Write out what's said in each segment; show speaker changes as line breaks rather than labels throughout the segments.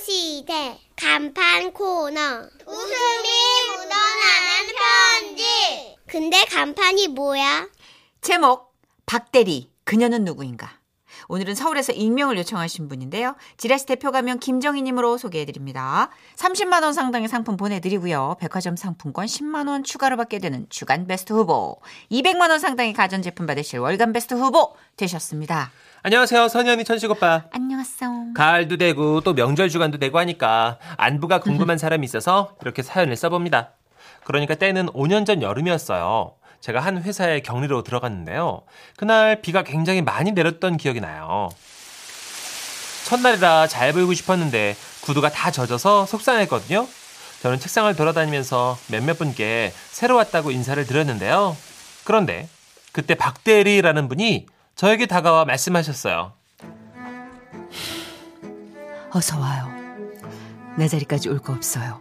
시대 간판 코너 웃음이 묻어나는 편지 근데 간판이 뭐야?
제목 박대리 그녀는 누구인가 오늘은 서울에서 익명을 요청하신 분인데요. 지라시 대표 가면 김정희님으로 소개해드립니다. 30만 원 상당의 상품 보내드리고요. 백화점 상품권 10만 원 추가로 받게 되는 주간 베스트 후보, 200만 원 상당의 가전제품 받으실 월간 베스트 후보 되셨습니다.
안녕하세요. 선현이 천식 오빠.
안녕하세요.
가을도 되고 또 명절 주간도 되고 하니까 안부가 궁금한 사람이 있어서 이렇게 사연을 써봅니다. 그러니까 때는 5년 전 여름이었어요. 제가 한 회사에 격리로 들어갔는데요. 그날 비가 굉장히 많이 내렸던 기억이 나요. 첫날이라 잘 보이고 싶었는데 구두가 다 젖어서 속상했거든요. 저는 책상을 돌아다니면서 몇몇 분께 새로 왔다고 인사를 드렸는데요. 그런데 그때 박대리라는 분이 저에게 다가와 말씀하셨어요.
어서 와요. 내 자리까지 올 거 없어요.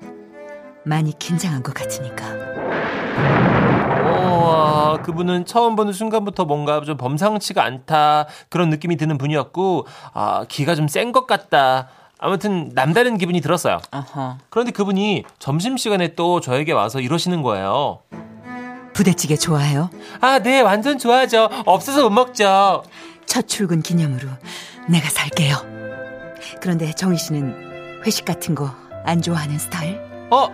많이 긴장한 것 같으니까.
우와, 그분은 처음 보는 순간부터 뭔가 좀 범상치가 않다 그런 느낌이 드는 분이었고 아 기가 좀 센 것 같다 아무튼 남다른 기분이 들었어요
어허.
그런데 그분이 점심시간에 또 저에게 와서 이러시는 거예요
부대찌개 좋아해요?
아 네 완전 좋아하죠 없어서 못 먹죠
첫 출근 기념으로 내가 살게요. 그런데 정희 씨는 회식 같은 거 안 좋아하는 스타일?
어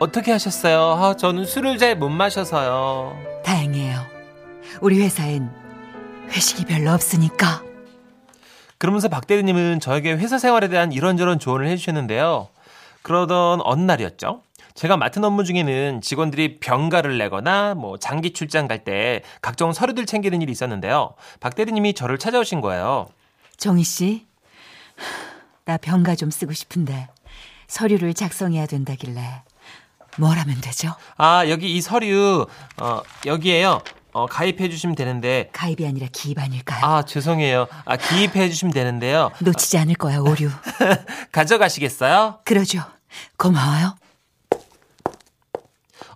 어떻게 하셨어요 아, 저는 술을 잘 못 마셔서요
다행이에요. 우리 회사엔 회식이 별로 없으니까.
그러면서 박 대리님은 저에게 회사 생활에 대한 이런저런 조언을 해주셨는데요. 그러던 어느 날이었죠. 제가 맡은 업무 중에는 직원들이 병가를 내거나 뭐 장기 출장 갈 때 각종 서류들 챙기는 일이 있었는데요. 박 대리님이 저를 찾아오신 거예요.
정희 씨, 나 병가 좀 쓰고 싶은데 서류를 작성해야 된다길래 뭘 하면 되죠?
아 여기 이 서류 어 여기에요. 어 가입해 주시면 되는데
가입이 아니라 기입 아닐까요?
아 죄송해요. 아 기입해 주시면 되는데요.
놓치지 않을 거야 오류.
가져가시겠어요?
그러죠. 고마워요.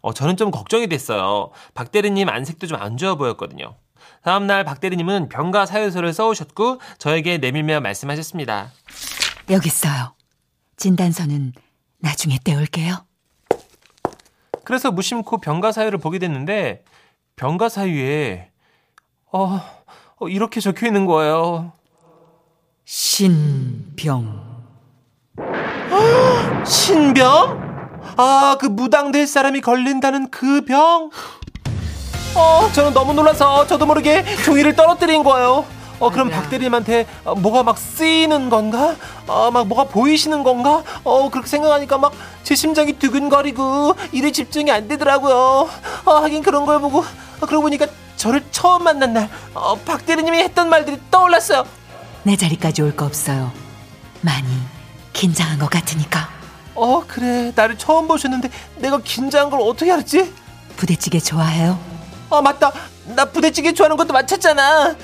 어, 저는 좀 걱정이 됐어요. 박 대리님 안색도 좀 안 좋아 보였거든요. 다음날 박 대리님은 병가 사유서를 써오셨고 저에게 내밀며 말씀하셨습니다.
여기 있어요. 진단서는 나중에 떼올게요.
그래서 무심코 병가 사유를 보게 됐는데 병가 사유에 어, 어, 이렇게 적혀 있는 거예요.
신병.
신병? 아, 그 무당될 사람이 걸린다는 그 병? 어, 저는 너무 놀라서 저도 모르게 종이를 떨어뜨린 거예요. 어, 그럼
아이고야.
박 대리님한테 어, 뭐가 막 쓰이는 건가? 어, 막 뭐가 보이시는 건가? 어, 그렇게 생각하니까 막 제 심장이 두근거리고 일에 집중이 안 되더라고요. 어, 하긴 그런 걸 보고 어, 그러고 보니까 저를 처음 만난 날, 어, 박 대리님이 했던 말들이 떠올랐어요.
내 자리까지 올 거 없어요. 많이 긴장한 것 같으니까.
어, 그래. 나를 처음 보셨는데 내가 긴장한 걸 어떻게 알았지?
부대찌개 좋아해요?
아 맞다 나 부대찌개 좋아하는 것도 맞췄잖아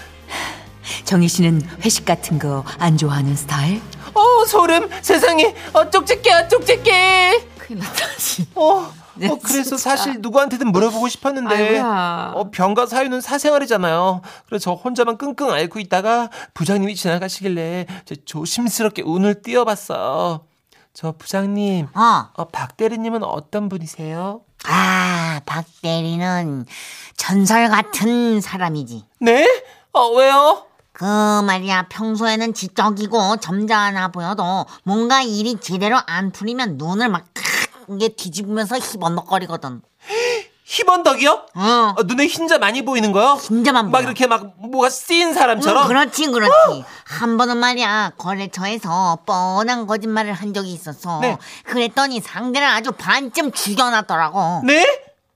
정희 씨는 회식 같은 거 안 좋아하는 스타일?
어 소름 세상에 어 쪽집게야 쪽집게
큰일 났다, 진
어,
네,
어
진짜.
그래서 사실 누구한테든 물어보고 싶었는데
아이고야.
어, 병과 사유는 사생활이잖아요 그래서 저 혼자만 끙끙 앓고 있다가 부장님이 지나가시길래 저 조심스럽게 운을 띄워봤어요 저 부장님
아.
어,
어, 박 대리님은 어떤 분이세요?
아, 박 대리는 전설 같은 사람이지.
네? 어 왜요?
그 말이야, 평소에는 지적이고 점잖아 보여도 뭔가 일이 제대로 안 풀리면 눈을 막 크게 뒤집으면서 희번덕거리거든. 음,
희번덕이요?
어,
어, 눈에 흰자 많이 보이는 거요?
흰자만
막
보여.
이렇게 막 뭐가 쓰인
응,
그러니까.
사람처럼?
그렇지, 그렇지. 한 번은 말이야, 거래처에서 뻔한 거짓말을 한 적이 있었어.
네.
그랬더니 상대를 아주 반쯤 죽여놨더라고.
네?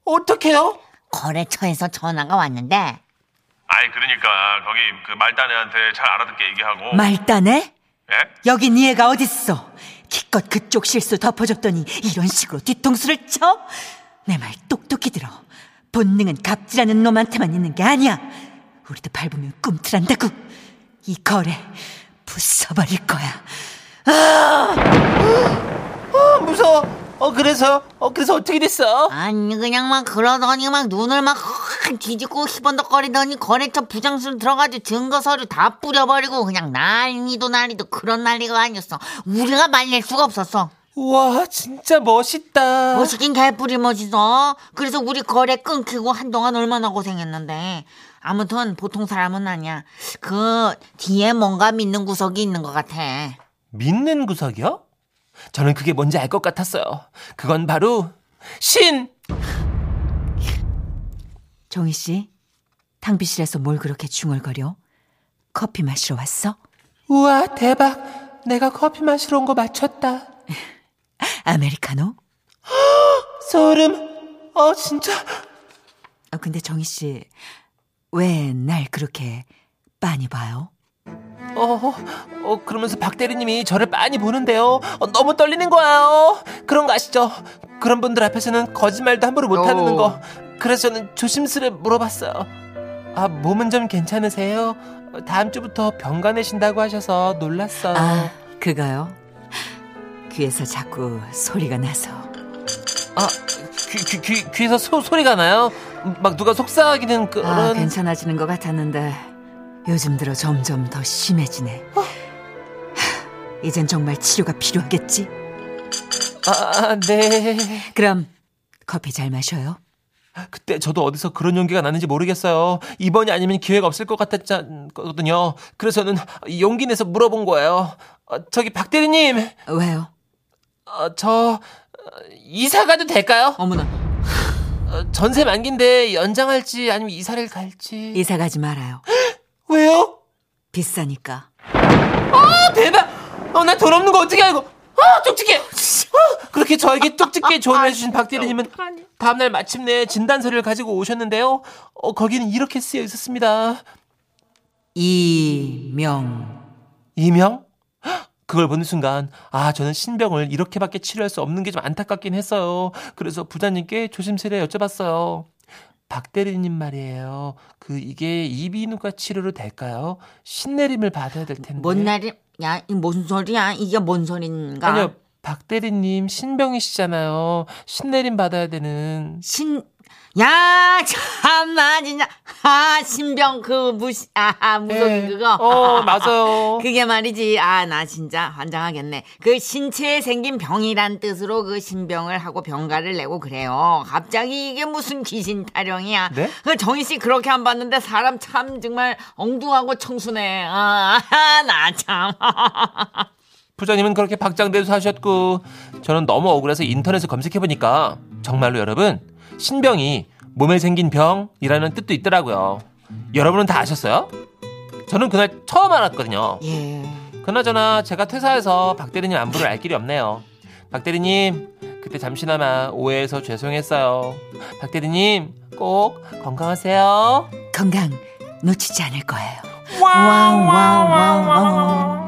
어떻게요?
거래처에서 전화가 왔는데,
아니 그러니까 거기 그 말단애한테 잘 알아듣게 얘기하고
말단해?
예?
여긴 이해가 어딨어? 기껏 그쪽 실수 덮어줬더니 이런 식으로 뒤통수를 쳐? 내 말 똑똑히 들어. 본능은 갑질하는 놈한테만 있는 게 아니야. 우리도 밟으면 꿈틀한다고. 이 거래 부숴버릴 거야.
아, 무서워. 어 그래서 어 그래서 어떻게 됐어?
아니 그냥 막 그러더니 막 눈을 막 뒤집고 희번덕거리더니 거래처 부장실 들어가지고 증거 서류 다 뿌려버리고 그냥 난리도 난리도 그런 난리가 아니었어. 우리가 말릴 수가 없었어.
와 진짜 멋있다.
멋있긴 개뿔이 멋있어. 그래서 우리 거래 끊기고 한동안 얼마나 고생했는데. 아무튼 보통 사람은 아니야. 그 뒤에 뭔가 믿는 구석이 있는 것 같아.
믿는 구석이요? 저는 그게 뭔지 알 것 같았어요. 그건 바로 신.
정희 씨, 탕비실에서 뭘 그렇게 중얼거려? 커피 마시러 왔어?
우와 대박. 내가 커피 마시러 온 거 맞췄다.
아메리카노?
소름. 어 진짜.
어, 근데 정희 씨, 왜 날 그렇게 빤히 봐요?
어, 어, 어, 그러면서 박 대리님이 저를 빤히 보는데요. 어, 너무 떨리는 거예요. 그런 거 아시죠? 그런 분들 앞에서는 거짓말도 함부로 못
어.
하는 거. 그래서 저는 조심스레 물어봤어요. 아, 몸은 좀 괜찮으세요? 어, 다음 주부터 병가 내신다고 하셔서 놀랐어요.
아, 그거요? 귀에서 자꾸 소리가 나서.
아, 귀, 귀, 귀, 귀에서 소, 소리가 나요? 막 누가 속삭이는 그런.
아, 괜찮아지는 것 같았는데 요즘 들어 점점 더 심해지네. 하, 이젠 정말 치료가 필요하겠지?
아, 네.
그럼 커피 잘 마셔요.
그때 저도 어디서 그런 용기가 나는지 모르겠어요. 이번이 아니면 기회가 없을 것 같았거든요. 그래서 저는 용기 내서 물어본 거예요. 어, 저기 박 대리님,
왜요?
어, 저 어, 이사 가도 될까요?
어머나.
어, 전세 만기인데 연장할지 아니면 이사를 갈지.
이사 가지 말아요.
왜요?
비싸니까.
아, 대박! 어, 나 돈 없는 거 어떻게 알고? 아, 쪽집게! 아, 그렇게 저에게
아,
쪽집게 조언해주신 박 대리님은 다음날 마침내 진단서를 가지고 오셨는데요. 어, 거기는 이렇게 쓰여 있었습니다.
이명.
이명? 헉, 그걸 보는 순간 아 저는 신병을 이렇게밖에 치료할 수 없는 게 좀 안타깝긴 했어요. 그래서 부장님께 조심스레 여쭤봤어요. 박 대리님 말이에요. 그 이게 이비인후과 치료로 될까요? 신내림을 받아야 될 텐데.
뭔 날이 야, 이 뭔 소리야? 이게 뭔 소린가?
네? 아니요. 박 대리님 신병이시잖아요. 신내림 받아야 되는.
신, 야, 참나, 진짜. 아, 신병, 그, 무시, 아, 무슨,
네.
예.
그거.
어 맞아요.
그게 말이지. 아, 나 진짜 환장하겠네. 그 신체에 생긴 병이란 뜻으로 그 신병을 하고 병가를 내고 그래요. 갑자기 이게 무슨 귀신 타령이야.
네?
그 정희 씨 그렇게 안 봤는데 사람 참 정말 엉뚱하고 청순해. 아, 아, 나 참.
부장님은 그렇게 박장대소 하셨고 저는 너무 억울해서 인터넷을 검색해보니까 정말로 여러분 신병이 몸에 생긴 병이라는 뜻도 있더라고요 여러분은 다 아셨어요? 저는 그날 처음 알았거든요
예.
그나저나 제가 퇴사해서 박 대리님 안부를 알 길이 없네요 박 대리님 그때 잠시나마 오해해서 죄송했어요 박 대리님 꼭 건강하세요
건강 놓치지 않을 거예요.
와와와와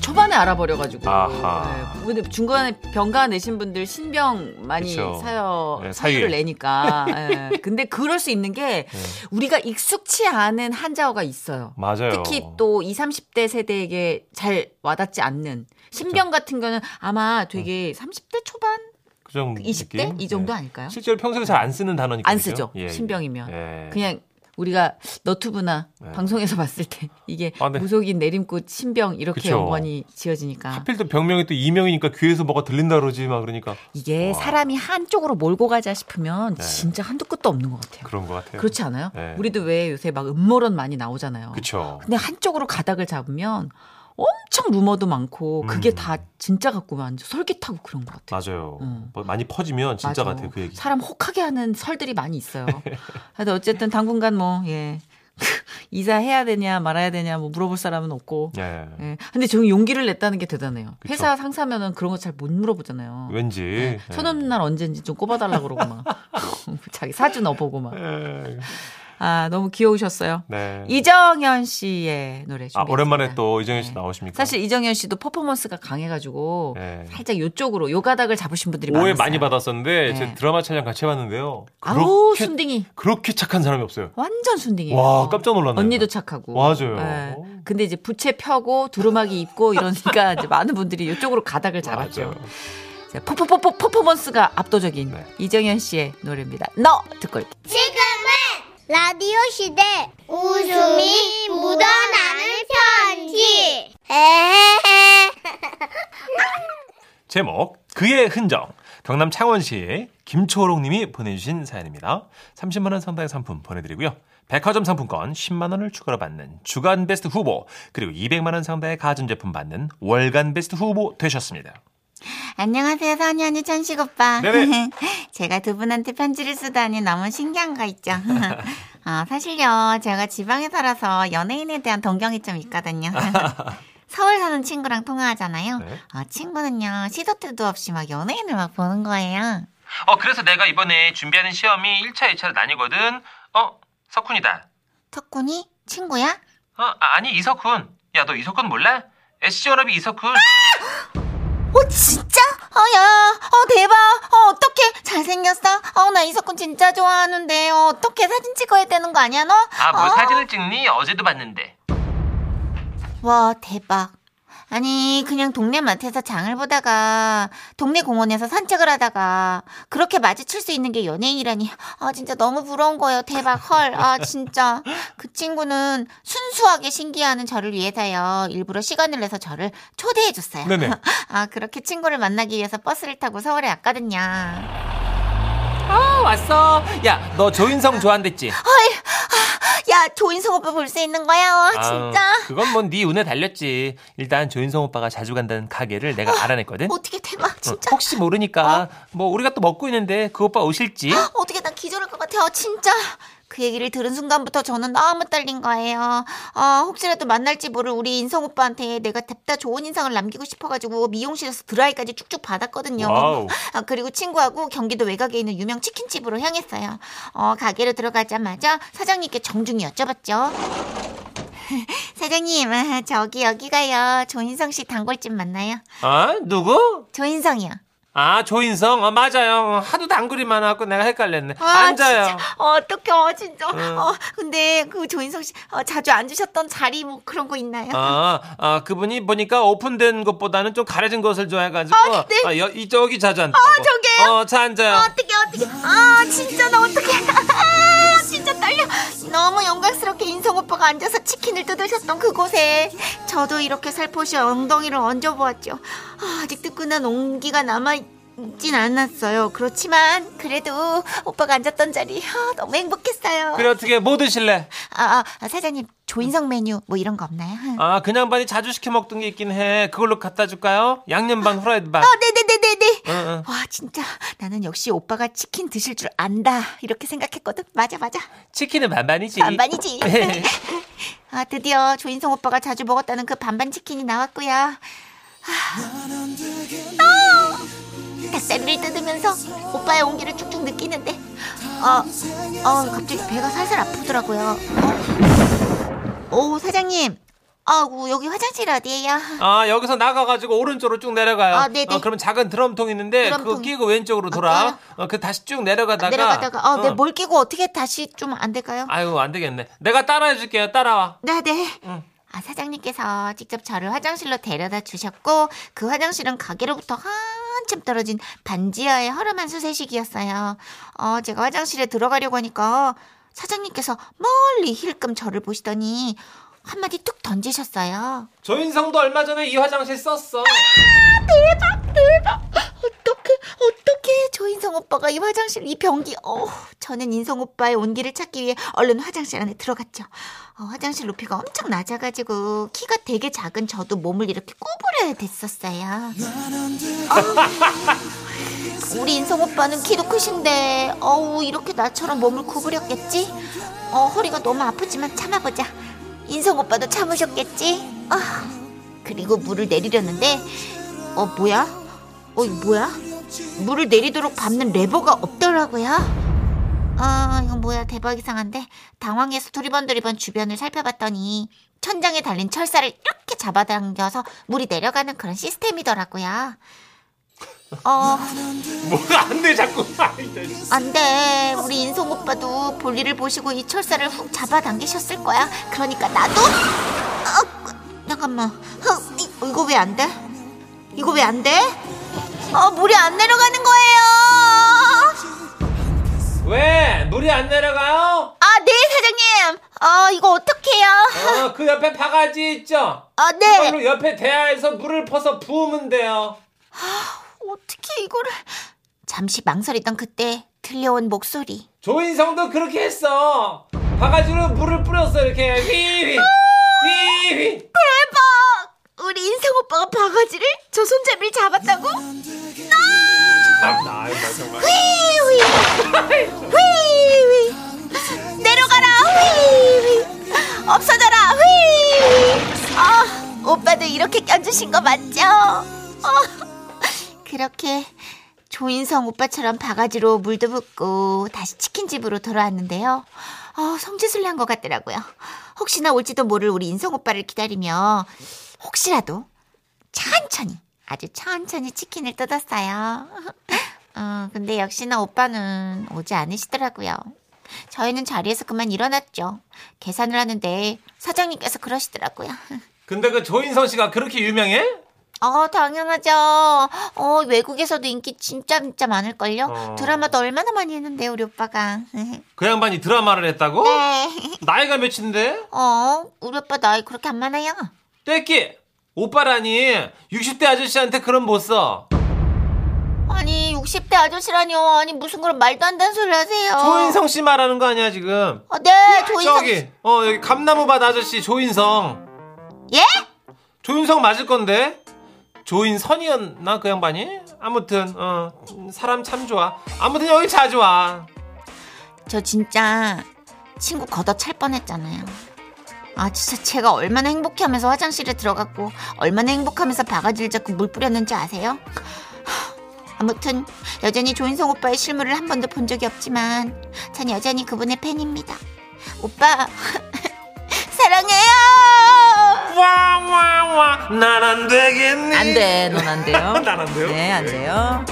초반에 알아버려가지고.
아하.
네, 근데 중간에 병가 내신 분들 신병 많이
그쵸.
사여
네, 사유에.
사유를 내니까. 예. 근데 그럴 수 있는 게 우리가 익숙치 않은 한자어가 있어요.
맞아요.
특히 또 20, 30대 세대에게 잘 와닿지 않는 신병 같은 거는 아마 되게 30대 초반,
그 정도
20대
네. 느낌?
이 정도
예.
아닐까요?
실제로 평소에 잘 안 쓰는 단어니까.
안
그죠?
쓰죠.
예, 예.
신병이면.
예.
그냥 우리가 너튜브나
네.
방송에서 봤을 때 이게
아, 네.
무속인 내림꽃 신병 이렇게
그쵸.
연관이 지어지니까
하필 또 병명이 또 이명이니까 귀에서 뭐가 들린다 그러지 막 그러니까
이게
와.
사람이 한쪽으로 몰고 가자 싶으면
네.
진짜 한두 끝도 없는 것 같아요.
그런 것 같아요.
그렇지 않아요?
네.
우리도 왜 요새 막 음모론 많이 나오잖아요.
그쵸.
근데 한쪽으로 가닥을 잡으면 엄청 루머도 많고 그게
음.
다 진짜 같고만 솔깃하고 그런 것 같아요.
맞아요.
음.
뭐 많이 퍼지면 진짜
맞아.
같아요 그 얘기.
사람 혹하게 하는 설들이 많이 있어요. 하여튼 어쨌든 당분간 뭐 예. 이사해야 되냐 말아야 되냐 뭐 물어볼 사람은 없고.
예.
예. 근데 저 용기를 냈다는 게 대단해요.
그쵸.
회사 상사면은 그런 거 잘 못 물어보잖아요.
왠지.
예.
예.
손 없는 날 언제인지 좀 꼽아달라고 그러고 막 자기 사주 넣어보고 막.
예.
아 너무 귀여우셨어요.
네.
이정현 씨의 노래 준비.
아 오랜만에 또 이정현 씨 나오십니까?
사실 이정현 씨도 퍼포먼스가 강해가지고
예.
살짝 요쪽으로 요가닥을 잡으신 분들이
오해
많았어요.
많이 받았었는데
네.
제 드라마 촬영 같이 해봤는데요.
아우
그렇게
순딩이
그렇게 착한 사람이 없어요.
완전 순딩이에요.
와 깜짝 놀랐네요.
언니도 착하고.
맞아요.
예.
어.
근데 이제 부채 펴고 두루마기 입고 이러니까 이제 많은 분들이 이쪽으로 가닥을 잡았죠.
맞아요.
퍼퍼퍼퍼 퍼포먼스가 압도적인
네.
이정현 씨의 노래입니다. 너 듣고 올게요.
지금은 라디오 시대 웃음이 묻어나는 편지 에헤헤
제목 그의 흔적 경남 창원시 김초롱님이 보내주신 사연입니다. 30만 원 상당의 상품 보내드리고요. 백화점 상품권 10만 원을 추가로 받는 주간 베스트 후보 그리고 200만 원 상당의 가전제품 받는 월간 베스트 후보 되셨습니다.
안녕하세요, 선희 언니, 천식 오빠.
네네.
제가 두 분한테 편지를 쓰다니 너무 신기한 거 있죠? 아, 사실요, 제가 지방에 살아서 연예인에 대한 동경이 좀 있거든요. 서울 사는 친구랑 통화하잖아요.
네.
아, 친구는요, 시도 때도 없이 막 연예인을 막 보는 거예요.
어 그래서 내가 이번에 준비하는 시험이 1차 2차로 나뉘거든. 어 석훈이다.
턱군이? 친구야?
어 아, 아니 이석훈. 야 너 이석훈 몰라? SG 워너비 이석훈.
어, 진짜? 어, 야, 어, 대박. 어, 어떡해. 잘생겼어? 어, 나 이석훈 진짜 좋아하는데, 어, 어떡해. 사진 찍어야 되는 거 아니야, 너?
아 뭐
어?
사진을 찍니? 어제도 봤는데.
와 대박. 아니 그냥 동네 마트에서 장을 보다가 동네 공원에서 산책을 하다가 그렇게 마주칠 수 있는 게 연예인이라니 아 진짜 너무 부러운 거예요 대박 헐 아 진짜 그 친구는 순수하게 신기해하는 저를 위해서요 일부러 시간을 내서 저를 초대해 줬어요
네네.
아 그렇게 친구를 만나기 위해서 버스를 타고 서울에 왔거든요
아 왔어. 야 너 조인성 좋아한댔지?
야 조인성 오빠 볼 수 있는 거야 와 진짜
아, 그건 뭐 네 운에 달렸지. 일단 조인성 오빠가 자주 간다는 가게를 내가 알아냈거든.
어떻게 대박
어,
진짜 어?
혹시 모르니까 뭐 우리가 또 먹고 있는데 그 오빠 오실지?
어떻게 나 기절할 것 같아요, 진짜. 그 얘기를 들은 순간부터 저는 너무 떨린 거예요. 아, 혹시라도 만날지 모를 우리 인성 오빠한테 내가 답다 좋은 인상을 남기고 싶어가지고 미용실에서 드라이까지 쭉쭉 받았거든요.
와우.
아, 그리고 친구하고 경기도 외곽에 있는 유명 치킨집으로 향했어요. 어, 가게로 들어가자마자 사장님께 정중히 여쭤봤죠. 사장님, 아, 저기 여기가요. 조인성 씨 단골집 맞나요?
아 누구?
조인성이요.
아 조인성 어, 많아요. 하도 단골이 많아갖고 내가 헷갈렸네. 앉아요.
진짜. 어, 어떡해, 진짜.
응.
어, 근데 그 조인성 씨 어, 자주 앉으셨던 자리 뭐 그런 거 있나요?
아, 아 그분이 보니까 오픈된 것보다는 좀 가려진 것을 좋아해가지고
아, 네.
여, 이쪽이 자주 앉다고.
저게요?
어, 자 앉아요.
어떻게 어떻게 아 진짜 나 어떻게 아 진짜 떨려 너무 영광스럽게 인성 오빠가 앉아서 치킨을 뜯으셨던 그곳에 저도 이렇게 살포시 엉덩이를 얹어보았죠 아, 아직 뜨끈한 온기가 남아 있진 않았어요 그렇지만 그래도 오빠가 앉았던 자리 아, 너무 행복했어요
그래 어떻게 뭐 드실래?
아, 아 사장님 조인성 메뉴 뭐 이런 거 없나요?
아 그냥 반이 자주 시켜 먹던 게 있긴 해. 그걸로 갖다 줄까요? 양념 반, 후라이드 반.
아 네네네네네
응, 응.
와 진짜 나는 역시 오빠가 치킨 드실 줄 안다 이렇게 생각했거든 맞아 맞아
치킨은 반반이지. 예.
반반이지. 아, 드디어 조인성 오빠가 자주 먹었다는 그 반반 치킨이 나왔고요. 아, 아, 닭다리를 뜯으면서 오빠의 온기를 쭉쭉 느끼는데, 어, 어, 갑자기 배가 살살 아프더라고요. 어. 오, 사장님. 아우, 여기 화장실 어디예요?
아 여기서 나가가지고 오른쪽으로 쭉 내려가요.
아, 네네.
어, 그러면 작은 드럼통 있는데 그거
드럼통.
끼고 왼쪽으로 돌아. 어, 그 다시 쭉 내려가다가.
내려가다가, 어,
어.
내뭘 끼고 어떻게 다시 좀 안 될까요?
아유 안 되겠네. 내가 따라해줄게요. 따라와.
네, 네.
응.
아, 사장님께서 직접 저를 화장실로 데려다 주셨고, 그 화장실은 가게로부터 한참 떨어진 반지하의 허름한 수세식이었어요. 어, 제가 화장실에 들어가려고 하니까 사장님께서 멀리 힐끔 저를 보시더니 한마디 툭 던지셨어요.
조인성도 얼마 전에 이 화장실 썼어.
어떻게, 어떻게 조인성 오빠가 이 화장실, 이 변기, 어, 저는 인성 오빠의 온기를 찾기 위해 얼른 화장실 안에 들어갔죠. 어, 화장실 높이가 엄청 낮아가지고 키가 되게 작은 저도 몸을 이렇게 구부려야 됐었어요. 어, 우리 인성 오빠는 키도 크신데, 어우, 이렇게 나처럼 몸을 구부렸겠지? 어, 허리가 너무 아프지만 참아보자. 인성 오빠도 참으셨겠지? 아, 그리고 물을 내리려는데, 어, 뭐야? 어, 이거 뭐야? 물을 내리도록 밟는 레버가 없더라고요. 아, 이거 뭐야? 대박 이상한데? 당황해서 두리번두리번 주변을 살펴봤더니 천장에 달린 철사를 이렇게 잡아당겨서 물이 내려가는 그런 시스템이더라고요. 어,
뭐안돼 자꾸.
안 돼. 우리 인성 오빠도 볼일을 보시고 이 철사를 훅 잡아당기셨을 거야. 그러니까 나도? 어, 잠깐만. 어, 이- 이거 왜 안 돼? 이거 왜 안 돼? 어, 물이 안 내려가는 거예요.
왜? 물이 안 내려가요?
아, 네, 사장님. 어, 이거 어떡해요?
어, 그 옆에 바가지 있죠?
아, 네.
그걸로 옆에 대야에서 물을 퍼서 부으면 돼요.
어떻게 이거를. 잠시 망설이던 그때 들려온 목소리.
조인성도 그렇게 했어. 바가지로 물을 뿌렸어, 이렇게. 휘휘. 휘휘.
대박! 우리 인성 오빠가 바가지를 저 손잡이를 잡았다고?
아, 나 이거 정말.
휘휘! 휘휘! 내려가라! 휘휘! 없어져라! 휘휘! 아, 오빠도 이렇게 껴주신 거 맞죠? 어, 그렇게 조인성 오빠처럼 바가지로 물도 붓고 다시 치킨집으로 돌아왔는데요. 어, 성지순례 한것 같더라고요. 혹시나 올지도 모를 우리 인성 오빠를 기다리며 혹시라도 천천히 아주 천천히 치킨을 뜯었어요. 어, 근데 역시나 오빠는 오지 않으시더라고요. 저희는 자리에서 그만 일어났죠. 계산을 하는데 사장님께서 그러시더라고요.
근데 그 조인성 씨가 그렇게 유명해?
어, 당연하죠. 어, 외국에서도 인기 진짜 진짜 많을걸요?
어.
드라마도 얼마나 많이 했는데, 우리 오빠가.
그 양반이 드라마를 했다고?
네.
나이가 몇인데?
어, 우리 오빠 나이 그렇게 안 많아요.
떼끼! 오빠라니 60대 아저씨한테 그런 못 써.
아니, 60대 아저씨라니요. 아니, 무슨 그런 말도 안 되는 소리 하세요.
조인성 씨 말하는 거 아니야 지금?
어, 네, 조인성.
저기 어 여기 감나무밭 아저씨 조인성.
예?
조인성 맞을 건데 조인선이었나 그 양반이? 아무튼 어 사람 참 좋아. 아무튼 여기 자주 와.
저 진짜 친구 걷어찰 뻔했잖아요. 아 진짜 제가 얼마나 행복해하면서 화장실에 들어갔고 얼마나 행복하면서 바가지를 잡고 물 뿌렸는지 아세요? 아무튼 여전히 조인성 오빠의 실물을 한 번도 본 적이 없지만 전 여전히 그분의 팬입니다. 오빠 사랑해요.
와와와 난 안 되겠니? 어,
안 돼, 넌 안 돼요.
난안 돼요?
네, 안 돼요.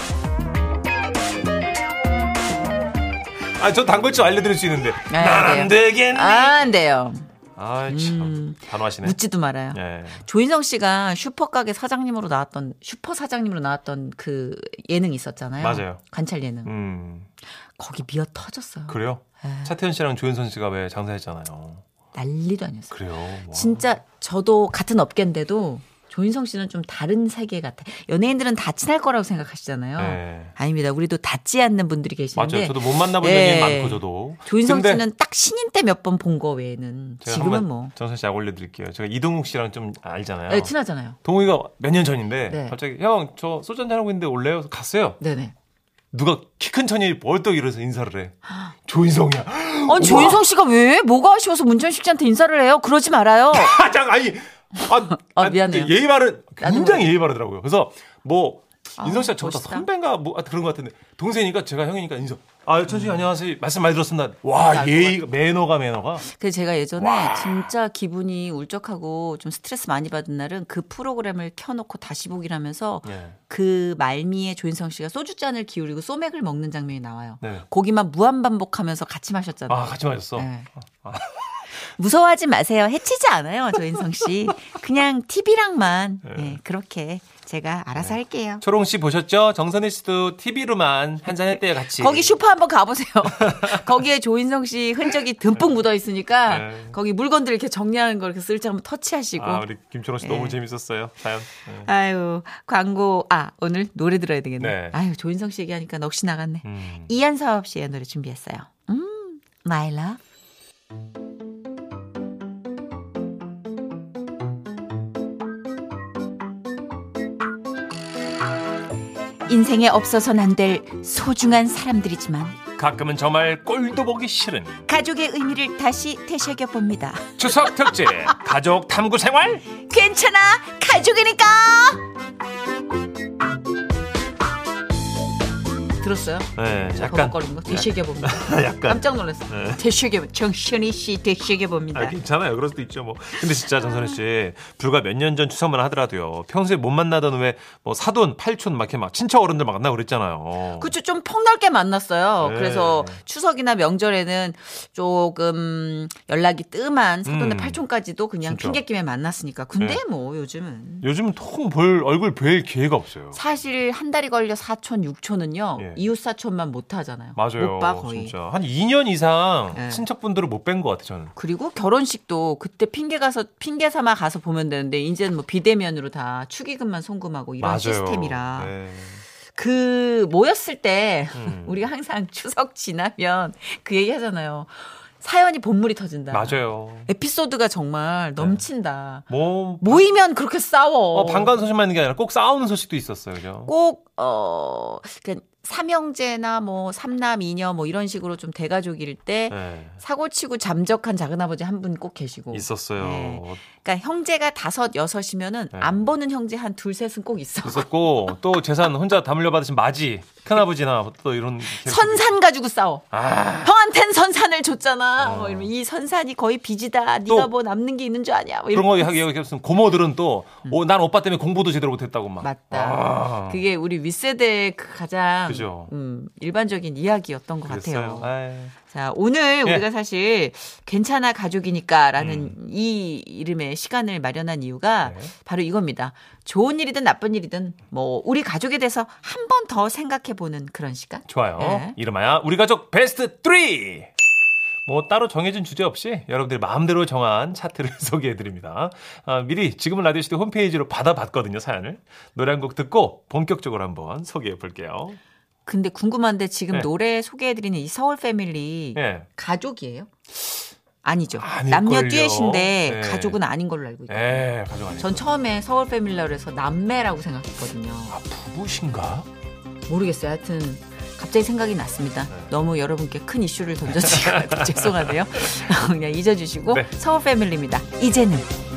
아저 단골집 알려드릴 수 있는데
네,
난
안 아,
안 되겠니?
안 돼요.
아참
음.
단호하시네.
묻지도 말아요.
예.
조인성 씨가 슈퍼 가게 사장님으로 나왔던 슈퍼 사장님으로 나왔던 그 예능 있었잖아요.
맞아요.
관찰 예능.
음
거기 미어 터졌어요.
그래요?
아.
차태현 씨랑 조인선 씨가 왜 장사했잖아요.
난리도 아니었어요.
그래요. 뭐. 와.
진짜 저도 같은 업계인데도 조인성 씨는 좀 다른 세계 같아. 연예인들은 다 친할 거라고 생각하시잖아요.
네.
아닙니다. 우리도 닿지 않는 분들이 계시는데.
맞아요. 저도 못 만나본
예.
연예인 많고 저도.
조인성
근데
씨는 딱 신인 때 몇 번 본 거 외에는
제가
지금은
한번 어.
뭐
정선 씨약 올려드릴게요. 제가 이동욱 씨랑 좀 알잖아요.
네, 친하잖아요.
동욱이가 몇 년 전인데
네.
갑자기 형 저 소주 한잔 하고 있는데 올래요? 그래서 갔어요.
네네.
누가 키 큰 천이 벌떡 일어서 인사를 해. 조인성이야.
아니 조인성 씨가 왜 뭐가 아쉬워서 문천식 씨한테 인사를 해요? 그러지 말아요.
가장 아니 아,
아, 미안해요.
예의 바른 굉장히
모르겠어요. 아,
예의 바르더라고요. 그래서 뭐 인성 씨가 저보다
멋있다.
선배인가 뭐 아, 그런 것 같은데 동생이니까 제가 형이니까 인성. 아 천식 안녕하세요. 말씀 많이 들었습니다. 와 예의 매너가 매너가.
그래서 제가 예전에 진짜 기분이 울적하고 좀 스트레스 많이 받은 날은 그 프로그램을 켜놓고 다시 보기를 하면서
네.
그 말미에 조인성 씨가 소주잔을 기울이고 소맥을 먹는 장면이 나와요.
네.
고기만 무한 반복하면서 같이 마셨잖아요.
아 같이 마셨어.
네.
아.
무서워하지 마세요. 해치지 않아요, 조인성 씨. 그냥 TV랑만
네.
그렇게 제가 알아서 할게요.
초롱 씨 보셨죠? 정선희 씨도 TV로만 한잔 했대요 같이.
거기 슈퍼 한번 가보세요. 거기에 조인성 씨 흔적이 듬뿍 묻어 있으니까
네.
거기 물건들 이렇게 정리하는 걸 이렇게 슬쩍 한번 터치하시고.
아 우리 김초롱 씨 너무
예.
재밌었어요. 사연. 예.
아유 광고 아 오늘 노래 들어야 되겠네.
네.
아유 조인성 씨 얘기하니까 넋이 나갔네.
음.
이한섭 씨의 노래 준비했어요. 음, My Love. 인생에 없어선 안 될 소중한 사람들이지만
가끔은 정말 꼴도 보기 싫은
가족의 의미를 다시 되새겨 봅니다.
추석 특집 가족 탐구 생활.
괜찮아 가족이니까
들었어요?
네, 약간.
버벅거리는 거 되새겨 봅니다.
약간. 네.
깜짝 놀랐어. 요 되새겨 정션이 씨 되새겨 봅니다.
아, 괜찮아요. 그럴 수도 있죠, 뭐. 근데 진짜 정선혜 씨, 불과 몇 년 전 추석만 하더라도요. 평소에 못 만나던 왜 뭐 사돈, 팔촌 막 이렇게 막 친척 어른들 막 만나고 그랬잖아요.
그쵸, 좀 폭넓게 만났어요.
네.
그래서 추석이나 명절에는 조금 연락이 뜸한 사돈의
음.
팔촌까지도 그냥
진짜.
핑계김에 만났으니까. 근데
네.
뭐 요즘은.
요즘은 통볼 얼굴 뵐 기회가 없어요.
사실 한 달이 걸려 사촌, 육촌은요.
예.
이웃 사촌만 못 하잖아요.
맞아요.
못 봐, 거의.
진짜 한 2년 이상
네.
친척분들을 못 뵌 것 같아 저는.
그리고 결혼식도 그때 핑계 가서 핑계 삼아 가서 보면 되는데 이제는 뭐 비대면으로 다 축의금만 송금하고 이런
맞아요.
시스템이라
네.
그 모였을 때
음.
우리가 항상 추석 지나면 그 얘기 하잖아요. 사연이 본물이 터진다.
맞아요. 네.
에피소드가 정말 넘친다.
뭐
모이면 그렇게 싸워.
어, 반가운 소식만 있는 게 아니라 꼭 싸우는 소식도 있었어요. 그죠?
꼭, 어, 그니까 삼형제나 뭐 삼남 이녀 뭐 이런 식으로 좀 대가족일 때
네.
사고치고 잠적한 작은아버지 한 분 꼭 계시고.
있었어요.
네. 그러니까 형제가 다섯 여섯이면은
네.
안 보는 형제 한 둘 셋은 꼭 있어.
있었고 또 재산 혼자 다 물려받으신 마지 큰아버지나 또 이런 계획도 있고.
선산 가지고 싸워.
아,
형한텐 선산을 줬잖아.
어.
뭐 이러면 이 선산이 거의 빚이다.
또
네가 뭐 남는 게 있는 줄 아냐. 뭐
그런
이런 음.
거 하기 없으면 고모들은 또 어, 난 오빠 때문에 공부도 제대로 못했다고 막.
맞다.
아.
그게 우리 윗세대의 그 가장
그죠.
음, 일반적인 이야기였던 것
그랬어요.
같아요.
아이.
자, 오늘
예.
우리가 사실 괜찮아 가족이니까라는
음.
이 이름의 시간을 마련한 이유가
네.
바로 이겁니다. 좋은 일이든 나쁜 일이든 뭐 우리 가족에 대해서 한 번 더 생각해 보는 그런 시간.
좋아요.
네.
이름하여 우리 가족 베스트 3! 뭐 따로 정해진 주제 없이 여러분들이 마음대로 정한 차트를 소개해드립니다. 아, 미리 지금은 라디오 시대 홈페이지로 받아봤거든요, 사연을. 노래 한 곡 듣고 본격적으로 한번 소개해볼게요.
근데 궁금한데 지금
네.
노래 소개해드리는 이 서울 패밀리
예.
가족이에요? 아니죠.
아닐걸요.
남녀
네.
듀엣인데 가족은 아닌 걸로 알고 있거든요.
예, 가족 아니
전 처음에 서울 패밀리라고 해서 남매라고 생각했거든요.
아, 부부신가?
모르겠어요. 하여튼 갑자기 생각이 났습니다. 너무 여러분께 큰 이슈를 던져주신 것 같아요. 죄송하네요. 그냥 잊어주시고
네.
서울 패밀리입니다. 이제는